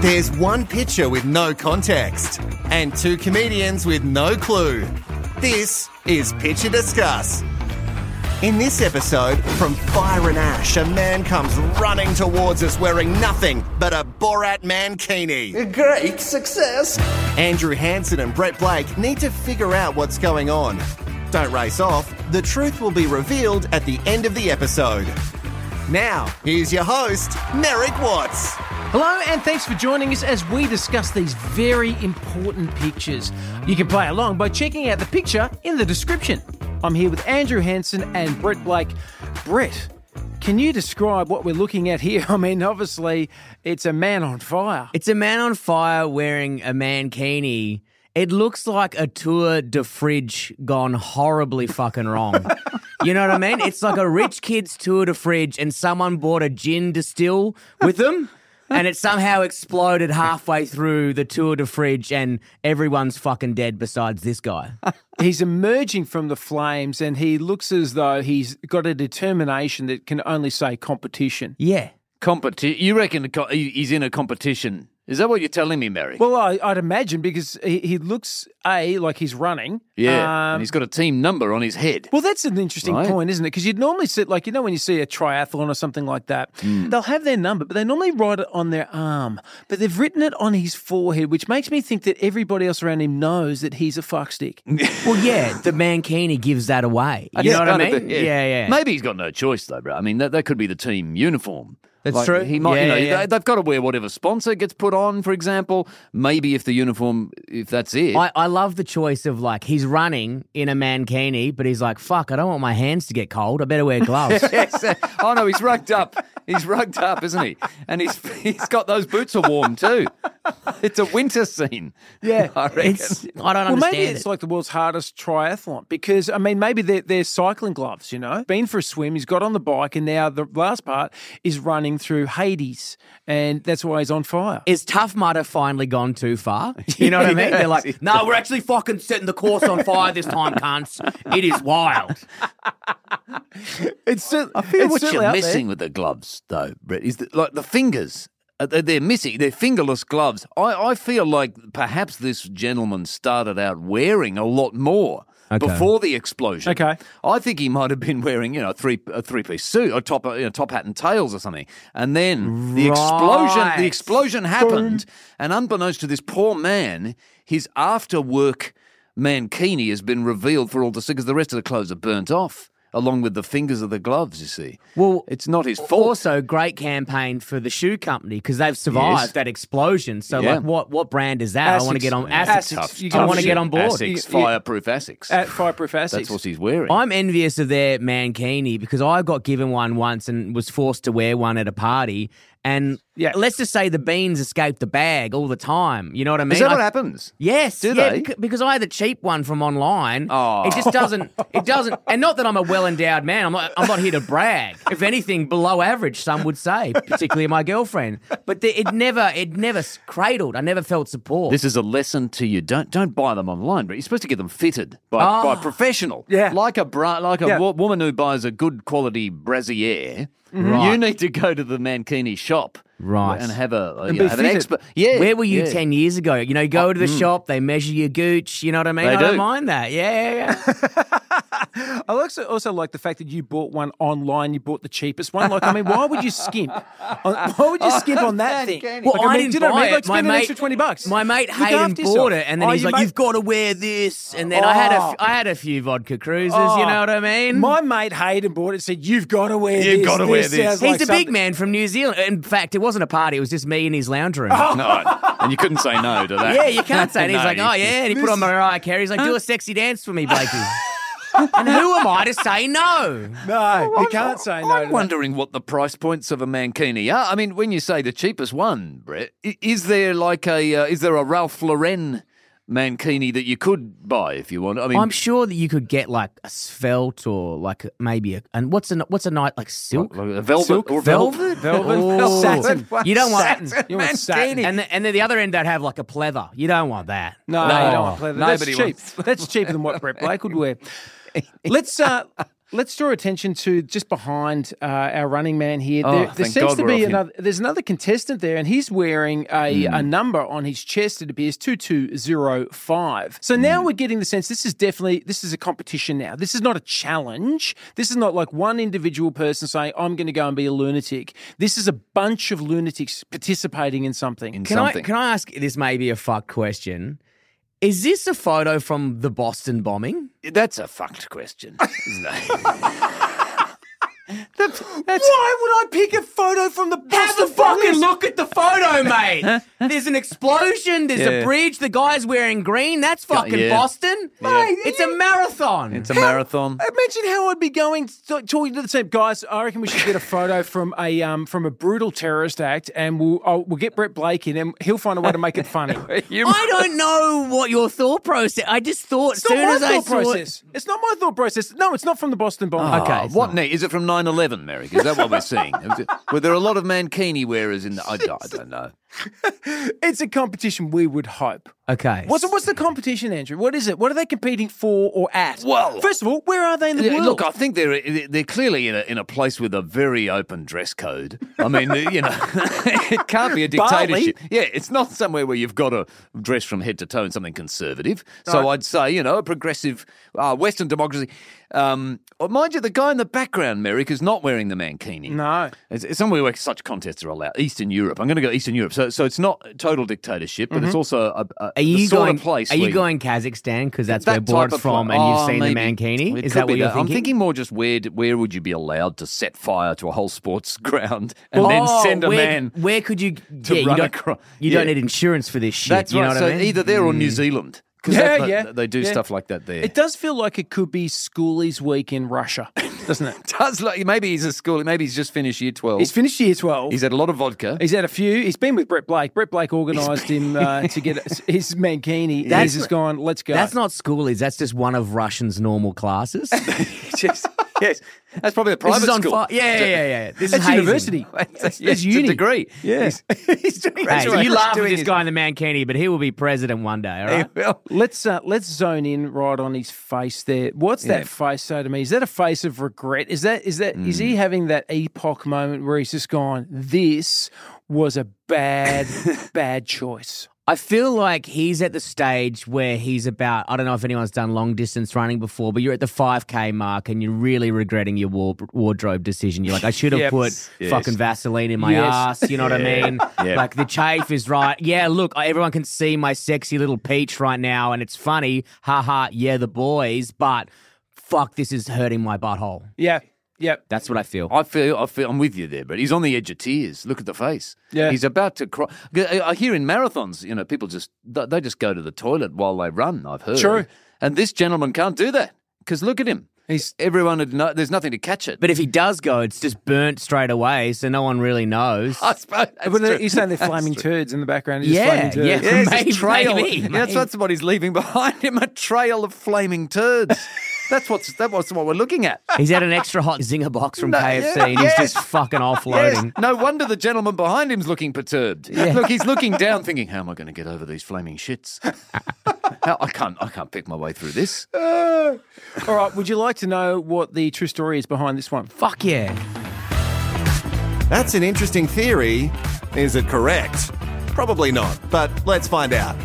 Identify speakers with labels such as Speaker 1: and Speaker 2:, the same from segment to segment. Speaker 1: There's one picture with no context and two comedians with no clue. This is Picture Discuss. In this episode, from fire and ash, a man comes running towards us wearing nothing but a Borat mankini.
Speaker 2: A great success.
Speaker 1: Andrew Hansen and Brett Blake need to figure out what's going on. Don't race off, the truth will be revealed at the end of the episode. Now, here's your host, Merrick Watts.
Speaker 3: Hello, and thanks for joining us as we discuss these very important pictures. You can play along by checking out the picture in the description. I'm here with Andrew Hansen and Brett Blake. Brett, can you describe what we're looking at here? I mean, obviously, it's a man on fire.
Speaker 4: It's a man on fire wearing a mankini. It looks like a tour de fridge gone horribly fucking wrong. you know what I mean? It's like a rich kid's tour de fridge, and someone bought a gin distill with them. And it somehow exploded halfway through the tour de fridge, and everyone's fucking dead besides this guy.
Speaker 3: He's emerging from the flames, and he looks as though he's got a determination that can only say competition.
Speaker 4: Yeah.
Speaker 5: Competi- you reckon the co- he- he's in a competition? Is that what you're telling me, Mary?
Speaker 3: Well, I, I'd imagine because he, he looks a like he's running.
Speaker 5: yeah.
Speaker 3: Um,
Speaker 5: and he's got a team number on his head.
Speaker 3: Well, that's an interesting
Speaker 5: Right.
Speaker 3: point, isn't it? Because you'd normally sit like you know when you see a triathlon or something like that, they'll have their number, but they normally write it on their arm. But they've written it on his forehead, which makes me think that everybody else around him knows that he's a fuckstick.
Speaker 4: Well, yeah, the mankini gives that away. You know
Speaker 5: That's
Speaker 4: what I
Speaker 5: kind of
Speaker 4: mean?
Speaker 5: the-
Speaker 4: yeah, yeah.
Speaker 5: Maybe he's got no choice though, bro. I mean, that, that could be the team uniform.
Speaker 4: That's true.
Speaker 5: He might,
Speaker 4: Yeah,
Speaker 5: you know,
Speaker 4: yeah, yeah.
Speaker 5: They, have got to wear whatever sponsor gets put on. For example, maybe if the uniform, if that's it,
Speaker 4: I, I love the choice of like he's running in a mankini, but he's like, "Fuck, I don't want my hands to get cold. I better wear gloves."
Speaker 5: Yes. Oh no, he's rugged up. He's rugged up, isn't he? And he's he's got those boots are warm too. It's a winter scene.
Speaker 3: Yeah,
Speaker 5: I reckon.
Speaker 4: It's- I don't
Speaker 3: Well,
Speaker 4: understand.
Speaker 3: maybe it's
Speaker 4: it.
Speaker 3: like the world's hardest triathlon because I mean, maybe they're, they're cycling gloves. You know, been for a swim, he's got on the bike, and now the last part is running through Hades, and that's why he's on fire.
Speaker 4: Is Tough Mudder finally gone too far? You know what I mean? They're like, no, we're actually fucking setting the course on fire this time, cunts. It is wild.
Speaker 3: it's still, I
Speaker 5: But what you're missing with the gloves, though, Brett, is that, like the fingers. uh, they- They're missing. They're fingerless gloves. I, I feel like perhaps this gentleman started out wearing a lot more before the explosion.
Speaker 3: Okay.
Speaker 5: I think he might have been weering, you know, a three a three piece suit, a top you know, top hat and tails or something. And then the explosion
Speaker 4: Right.
Speaker 5: the explosion happened, and unbeknownst to this poor man, his after work mankini has been revealed for all to see because the rest of the clothes are burnt off. Along with the fingers of the gloves, you see.
Speaker 4: Well,
Speaker 5: it's not his fault.
Speaker 4: Also, great campaign for the shoe company because they've survived
Speaker 5: Yes.
Speaker 4: that explosion. So,
Speaker 5: Yeah.
Speaker 4: like, what what brand is that? I want to
Speaker 3: Asics.
Speaker 4: get on
Speaker 3: Yeah.
Speaker 4: Asics.
Speaker 3: Asics. You
Speaker 4: I
Speaker 3: can-
Speaker 4: want to get on board.
Speaker 5: Asics,
Speaker 3: You- you-
Speaker 5: fireproof Asics.
Speaker 3: at fireproof acids.
Speaker 5: That's what he's wearing.
Speaker 4: I'm envious of their mankini because I got given one once and was forced to wear one at a party. And
Speaker 3: Yeah.
Speaker 4: let's just say the beans escaped the bag all the time. You know what I mean?
Speaker 5: is that what
Speaker 4: I-
Speaker 5: happens?
Speaker 4: Yes,
Speaker 5: Do
Speaker 4: yeah,
Speaker 5: they?
Speaker 4: bec- because I had the cheap one from online.
Speaker 5: Oh.
Speaker 4: It just doesn't. It doesn't. And not that I'm a well endowed man. I'm not. I'm not here to brag. If anything, below average, some would say, particularly my girlfriend. But the, it never. It never s- cradled. I never felt support.
Speaker 5: This is a lesson to you. Don't don't buy them online, but you're supposed to get them fitted by,
Speaker 4: Ah.
Speaker 5: by a professional.
Speaker 3: Yeah.
Speaker 5: Like a bra, like a
Speaker 3: Yeah.
Speaker 5: wo- woman who buys a good quality brassiere. You need to go to the Mankini shop.
Speaker 4: Mm-hmm. Right.
Speaker 5: And have a you
Speaker 3: be
Speaker 5: know, have an
Speaker 3: fitted.
Speaker 5: expert. Yeah.
Speaker 4: Where were you
Speaker 5: yeah.
Speaker 4: ten years ago? You know, you
Speaker 3: Oh,
Speaker 4: go to
Speaker 3: mm.
Speaker 4: the shop, they measure your gooch. You know what I mean?
Speaker 5: They
Speaker 4: I do. not
Speaker 5: do.
Speaker 4: mind that. Yeah, yeah, yeah.
Speaker 3: I also, also like the fact that you bought one online. You bought the cheapest one. Like, I mean, why would you skimp? On, why would you
Speaker 4: Oh,
Speaker 3: skimp on that thing?
Speaker 4: Well,
Speaker 3: Like,
Speaker 4: I,
Speaker 3: mean,
Speaker 4: didn't
Speaker 3: do you know
Speaker 4: buy
Speaker 3: what I mean?
Speaker 4: it.
Speaker 3: Like,
Speaker 4: my
Speaker 3: spend
Speaker 4: mate,
Speaker 3: an extra twenty bucks.
Speaker 4: My mate
Speaker 3: Look
Speaker 4: Hayden
Speaker 3: after yourself.
Speaker 4: bought it, and then
Speaker 3: Oh,
Speaker 4: he's
Speaker 3: your
Speaker 4: like,
Speaker 3: mate-
Speaker 4: "You've got to wear this." And then I had a, f-
Speaker 3: Oh.
Speaker 4: I had a few vodka cruises. You know what I mean?
Speaker 3: My mate Hayden bought it. and Said, "You've got to wear
Speaker 5: You've
Speaker 3: this.
Speaker 5: gotta wear this."
Speaker 3: sounds
Speaker 4: He's
Speaker 3: like
Speaker 4: the big
Speaker 3: something-
Speaker 4: man from New Zealand. In fact, it wasn't a party. It was just me in his lounge room.
Speaker 3: Oh,
Speaker 5: No. And you couldn't say no to that.
Speaker 4: Yeah, you can't say. it. he's
Speaker 5: No,
Speaker 4: like,
Speaker 5: you-
Speaker 4: oh yeah, and he put on Mariah Carey. He's like, do a sexy dance for me, Blakey. and who am I to say no?
Speaker 3: No, you can't say no.
Speaker 5: I'm
Speaker 3: to that.
Speaker 5: wondering what the price points of a mankini are. I mean, when you say the cheapest one, Brett, i- is there like a uh, is there a Ralph Lauren mankini that you could buy if you want? I mean,
Speaker 4: I'm sure that you could get like a svelte or like maybe a and what's a what's a night like silk.
Speaker 5: like a velvet
Speaker 3: Silk?
Speaker 5: or
Speaker 3: Velvet? Velvet?
Speaker 4: Oh.
Speaker 3: Satin.
Speaker 4: You don't want
Speaker 3: Satin. You want satin.
Speaker 4: And the, and then the other end, they'd have like a pleather. You don't want that.
Speaker 3: No,
Speaker 5: No.
Speaker 3: you don't want to play that. That's
Speaker 5: Nobody
Speaker 3: cheap. That's cheaper than what Brett Blake would wear. Let's uh, Let's draw attention to just behind uh, our running man here.
Speaker 5: Oh,
Speaker 3: there there
Speaker 5: thank
Speaker 3: seems
Speaker 5: God
Speaker 3: to
Speaker 5: we're off
Speaker 3: be
Speaker 5: him.
Speaker 3: another. There's another contestant there, and he's wearing a,
Speaker 5: Hmm.
Speaker 3: a number on his chest. It appears two two zero five. So now
Speaker 5: Hmm.
Speaker 3: we're getting the sense this is definitely this is a competition. Now this is not a challenge. This is not like one individual person saying I'm going to go and be a lunatic. This is a bunch of lunatics participating in something.
Speaker 5: in
Speaker 4: Can I,
Speaker 5: something.
Speaker 4: can I ask? This may be a fuck question. Is this a photo from the Boston bombing?
Speaker 5: That's a fucked question. isn't it?
Speaker 1: Why would I pick a photo from the
Speaker 4: Have a fucking look at the photo, mate. there's an explosion. There's a
Speaker 5: Yeah.
Speaker 4: bridge. The guy's wearing green. That's fucking
Speaker 5: yeah.
Speaker 4: Boston.
Speaker 5: Mate,
Speaker 4: It's a marathon.
Speaker 5: it's a marathon.
Speaker 3: Imagine how I'd be going to, talking to the same guys. I reckon we should get a photo from a um, from a brutal terrorist act, and we'll i we'll get Brett Blake in, and he'll find a way to make it funny. it's
Speaker 5: You-
Speaker 4: I don't know what your thought process. I just thought
Speaker 3: not
Speaker 4: soon
Speaker 3: my
Speaker 4: as I
Speaker 3: thought
Speaker 4: saw it- Oh,
Speaker 3: process. It's not my thought process. No, it's not from the Boston bomb.
Speaker 4: okay,
Speaker 5: Ah,
Speaker 4: it's
Speaker 5: what ne- is it from 9-11, Merrick? Is that what we're seeing? Were there a lot of mankini wearers in the... I, I don't know.
Speaker 3: It's a competition. We would hope.
Speaker 4: Okay.
Speaker 3: What's what's the competition, Andrew? What is it? What are they competing for or at?
Speaker 5: Well-
Speaker 3: first of all, where are they in the
Speaker 5: Yeah,
Speaker 3: world?
Speaker 5: Look, I think they're they're clearly in a in a place with a very open dress code. I mean, you know, it can't be a dictatorship. Yeah, it's not somewhere where you've got to dress from head to toe in something conservative. So I'd say, you know, a progressive uh, Western democracy. Um, well, mind you, the guy in the background, Merrick, is not wearing the mankini.
Speaker 3: no.
Speaker 5: It's, it's somewhere where such contests are allowed. Eastern Europe. I'm going to go Eastern Europe. So, so it's not total dictatorship, but it's also a, a,
Speaker 4: Are you
Speaker 5: the sort
Speaker 4: going?
Speaker 5: of place.
Speaker 4: are you
Speaker 5: where-
Speaker 4: going Kazakhstan because that's where
Speaker 5: that type
Speaker 4: Borat's
Speaker 5: of
Speaker 4: from,
Speaker 5: pla-
Speaker 4: and you've
Speaker 5: Oh,
Speaker 4: seen the
Speaker 5: maybe.
Speaker 4: mankini?
Speaker 5: It
Speaker 4: Is
Speaker 5: could
Speaker 4: that
Speaker 5: be
Speaker 4: what you're
Speaker 5: I'm thinking more just where d- where would you be allowed to set fire to a whole sports ground and then
Speaker 4: Oh,
Speaker 5: send a
Speaker 4: where,
Speaker 5: man?
Speaker 4: Where could you?
Speaker 5: to
Speaker 4: yeah, you
Speaker 5: run
Speaker 4: don't,
Speaker 5: across-
Speaker 4: you don't
Speaker 5: yeah.
Speaker 4: need insurance for this shit.
Speaker 5: That's
Speaker 4: you know
Speaker 5: right.
Speaker 4: what
Speaker 5: so
Speaker 4: I mean?
Speaker 5: either there or New Zealand. 'Cause
Speaker 3: Yeah,
Speaker 5: that's what-
Speaker 3: yeah,
Speaker 5: They do
Speaker 3: yeah.
Speaker 5: stuff like that there.
Speaker 3: It does feel like it could be Schoolies Week in Russia, doesn't it?
Speaker 5: does like maybe he's a school. Maybe he's just finished year twelve.
Speaker 3: He's
Speaker 5: He's,
Speaker 3: finished year twelve.
Speaker 5: had a lot of vodka.
Speaker 3: He's had a few. He's been with Brett Blake. Brett Blake organised him uh, to get his mankini. and
Speaker 4: That's-
Speaker 3: he's just gone. Let's go.
Speaker 4: that's not schoolies. That's just one of Russian's normal classes. this
Speaker 5: Just- yes, that's probably a private
Speaker 4: is on
Speaker 5: school.
Speaker 4: fire. Yeah, yeah, yeah, yeah. This
Speaker 3: That's
Speaker 4: is hazing.
Speaker 3: university. That's,
Speaker 5: Yeah, it's
Speaker 3: uni.
Speaker 5: a degree.
Speaker 3: Yeah.
Speaker 5: He's doing
Speaker 4: Hey,
Speaker 5: graduate-
Speaker 4: you laugh at
Speaker 5: doing
Speaker 4: this
Speaker 5: his-
Speaker 4: guy in the mankini, but he will be president one day. All right.
Speaker 5: Well,
Speaker 3: let's uh, let's zone in right on his face there. What's that face so to me? Is that a face of regret? Is that is that is he having that epoch moment where he's just gone? This was a bad bad choice.
Speaker 4: I feel like he's at the stage where he's about, I don't know if anyone's done long distance running before, but you're at the 5K mark and you're really regretting your war- wardrobe decision. You're like, I should have
Speaker 3: Yep.
Speaker 4: put
Speaker 5: Yes.
Speaker 4: fucking Vaseline in my
Speaker 3: Yes.
Speaker 4: ass. You know what I mean?
Speaker 5: Yep.
Speaker 4: Like the chafe is right. Yeah, look, I- everyone can see my sexy little peach right now and it's funny. Ha ha, yeah, the boys, but fuck, this is hurting my butthole.
Speaker 3: Yeah. Yep.
Speaker 4: That's what I feel.
Speaker 5: I feel, I feel, I'm with you there, but he's on the edge of tears. Look at the face.
Speaker 3: Yeah.
Speaker 5: he's about to cry. I I hear in marathons, you know, people just they they just go to the toilet while they run. I've heard.
Speaker 3: True.
Speaker 5: And this gentleman can't do that because look at him.
Speaker 3: He's
Speaker 5: Everyone, had no, there's nothing to catch it.
Speaker 4: But if he does go, it's just burnt straight away, so no one really knows.
Speaker 5: I suppose that's
Speaker 3: but
Speaker 5: true.
Speaker 3: you're saying they're flaming turds in the background. He's flaming
Speaker 4: Yeah,
Speaker 3: turds.
Speaker 4: yeah.
Speaker 5: Yeah, it's
Speaker 4: Maybe-
Speaker 5: a trail.
Speaker 4: maybe,
Speaker 5: Yeah, That's,
Speaker 4: maybe.
Speaker 5: that's what he's leaving behind him—a trail of flaming turds. that's what's that was what we're looking at.
Speaker 4: He's had an extra hot zinger box from KFC and he's
Speaker 5: yes.
Speaker 4: just fucking
Speaker 5: Yes,
Speaker 4: offloading.
Speaker 5: no wonder the gentleman behind him's looking perturbed. Look, he's looking down, thinking, "How am I going to get over these flaming shits? How, I can't, I can't pick my way through this."
Speaker 3: All right. Would you like to know what the true story is behind this one?
Speaker 4: Fuck yeah.
Speaker 1: That's an interesting theory. Is it correct? Probably not, but let's find out.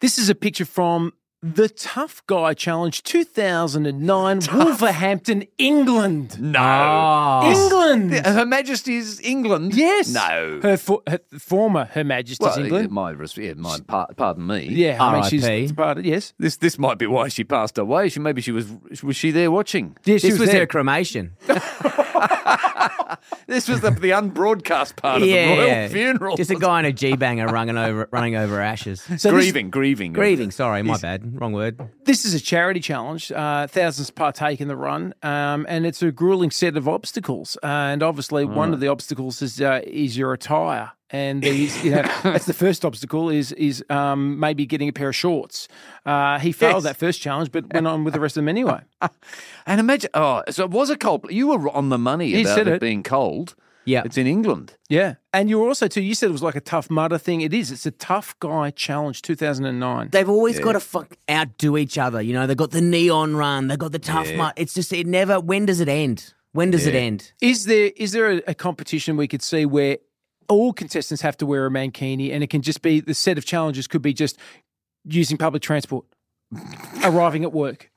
Speaker 3: This is a picture from the Tough Guy Challenge 2009, Wolverhampton, England.
Speaker 5: No,
Speaker 3: England.
Speaker 5: Her Majesty's England.
Speaker 3: yes.
Speaker 5: no.
Speaker 3: Her, for, her former Her Majesty's
Speaker 5: well,
Speaker 3: England.
Speaker 5: My, res- yeah, my par- pardon me.
Speaker 3: yeah, I mean she's
Speaker 4: R.I.P..
Speaker 3: departed. Yes.
Speaker 5: This this might be why she passed away. She maybe she was was she there watching?
Speaker 3: Yeah, she
Speaker 4: This was
Speaker 3: there.
Speaker 4: their cremation.
Speaker 5: This was the, the unbroadcast part of
Speaker 4: yeah.
Speaker 5: the royal funeral.
Speaker 4: Just a guy in a G banger running over running over ashes.
Speaker 3: So this-
Speaker 5: grieving, grieving,
Speaker 4: Grieving, sorry, my bad. Wrong word.
Speaker 3: This, is a charity challenge. Uh, thousands partake in the run, um, and it's a grueling set of obstacles. Uh, and obviously, one of the obstacles is uh, is your attire. And these, you know, that's the first obstacle is is um, maybe getting a pair of shorts. Uh, he failed
Speaker 5: Yes.
Speaker 3: that first challenge, but went on with the rest of them anyway.
Speaker 5: And imagine, oh, so it was a cold. You were on the money
Speaker 3: He
Speaker 5: about
Speaker 3: said
Speaker 5: it,
Speaker 3: it.
Speaker 5: being cold.
Speaker 4: Yeah.
Speaker 5: It's in England.
Speaker 3: Yeah. And you were also, too, you said it was like a tough mudder thing. It is. It's a tough guy challenge 2009.
Speaker 4: They've always got to fuck outdo each other. You know, they've got the neon run, they've got the tough yeah. It's just, it never, when does it end? When does it end?
Speaker 3: Is there is there a, a competition we could see where all contestants have to wear a mankini and it can just be the set of challenges could be just using public transport, arriving at work,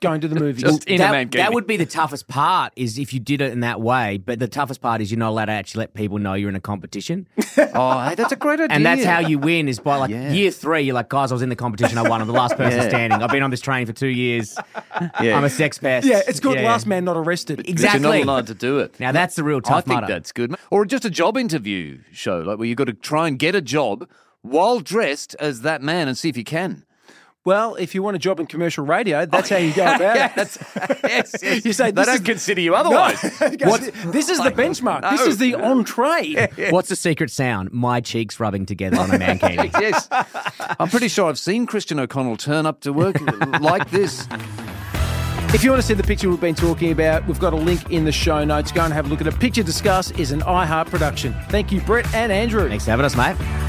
Speaker 3: going to the movies.
Speaker 5: Just in
Speaker 4: that,
Speaker 5: a mankini.
Speaker 4: that would be the toughest part is if you did it in that way. But the toughest part is you're not allowed to actually let people know you're in a competition.
Speaker 5: oh, hey, that's a great idea.
Speaker 4: And that's how you win is by like
Speaker 5: Yeah.
Speaker 4: year three, you're like, guys, I was in the competition, I won. I'm the last person
Speaker 5: Yeah.
Speaker 4: standing. I've been on this train for two years.
Speaker 5: Yeah.
Speaker 4: I'm a sex pest.
Speaker 3: Yeah, it's called
Speaker 4: Yeah.
Speaker 3: Last Man Not Arrested.
Speaker 5: But
Speaker 4: Exactly.
Speaker 5: You're not allowed to do it.
Speaker 4: Now that's the real
Speaker 5: I
Speaker 4: tough
Speaker 5: think
Speaker 4: mudder.
Speaker 5: that's good. Or just a job interview show, like where you've got to try and get a job while dressed as that man and see if you can.
Speaker 3: Well, if you want a job in commercial
Speaker 4: Oh,
Speaker 3: radio, that's how you go about
Speaker 5: That's- yes, yes.
Speaker 3: it. You say
Speaker 5: they
Speaker 3: this
Speaker 5: don't
Speaker 3: is,
Speaker 5: consider you otherwise.
Speaker 3: What? This is the benchmark. This is the entree.
Speaker 4: What's the secret sound? My cheeks rubbing together on a mankini.
Speaker 5: yes. I'm pretty sure I've seen Christian O'Connell turn up to work like this.
Speaker 3: If you want to see the picture we've been talking about, we've got a link in the show notes. Go and have a look at it. Picture Discuss is an iHeart production. Thank you, Brett and Andrew.
Speaker 4: Thanks for having us, mate.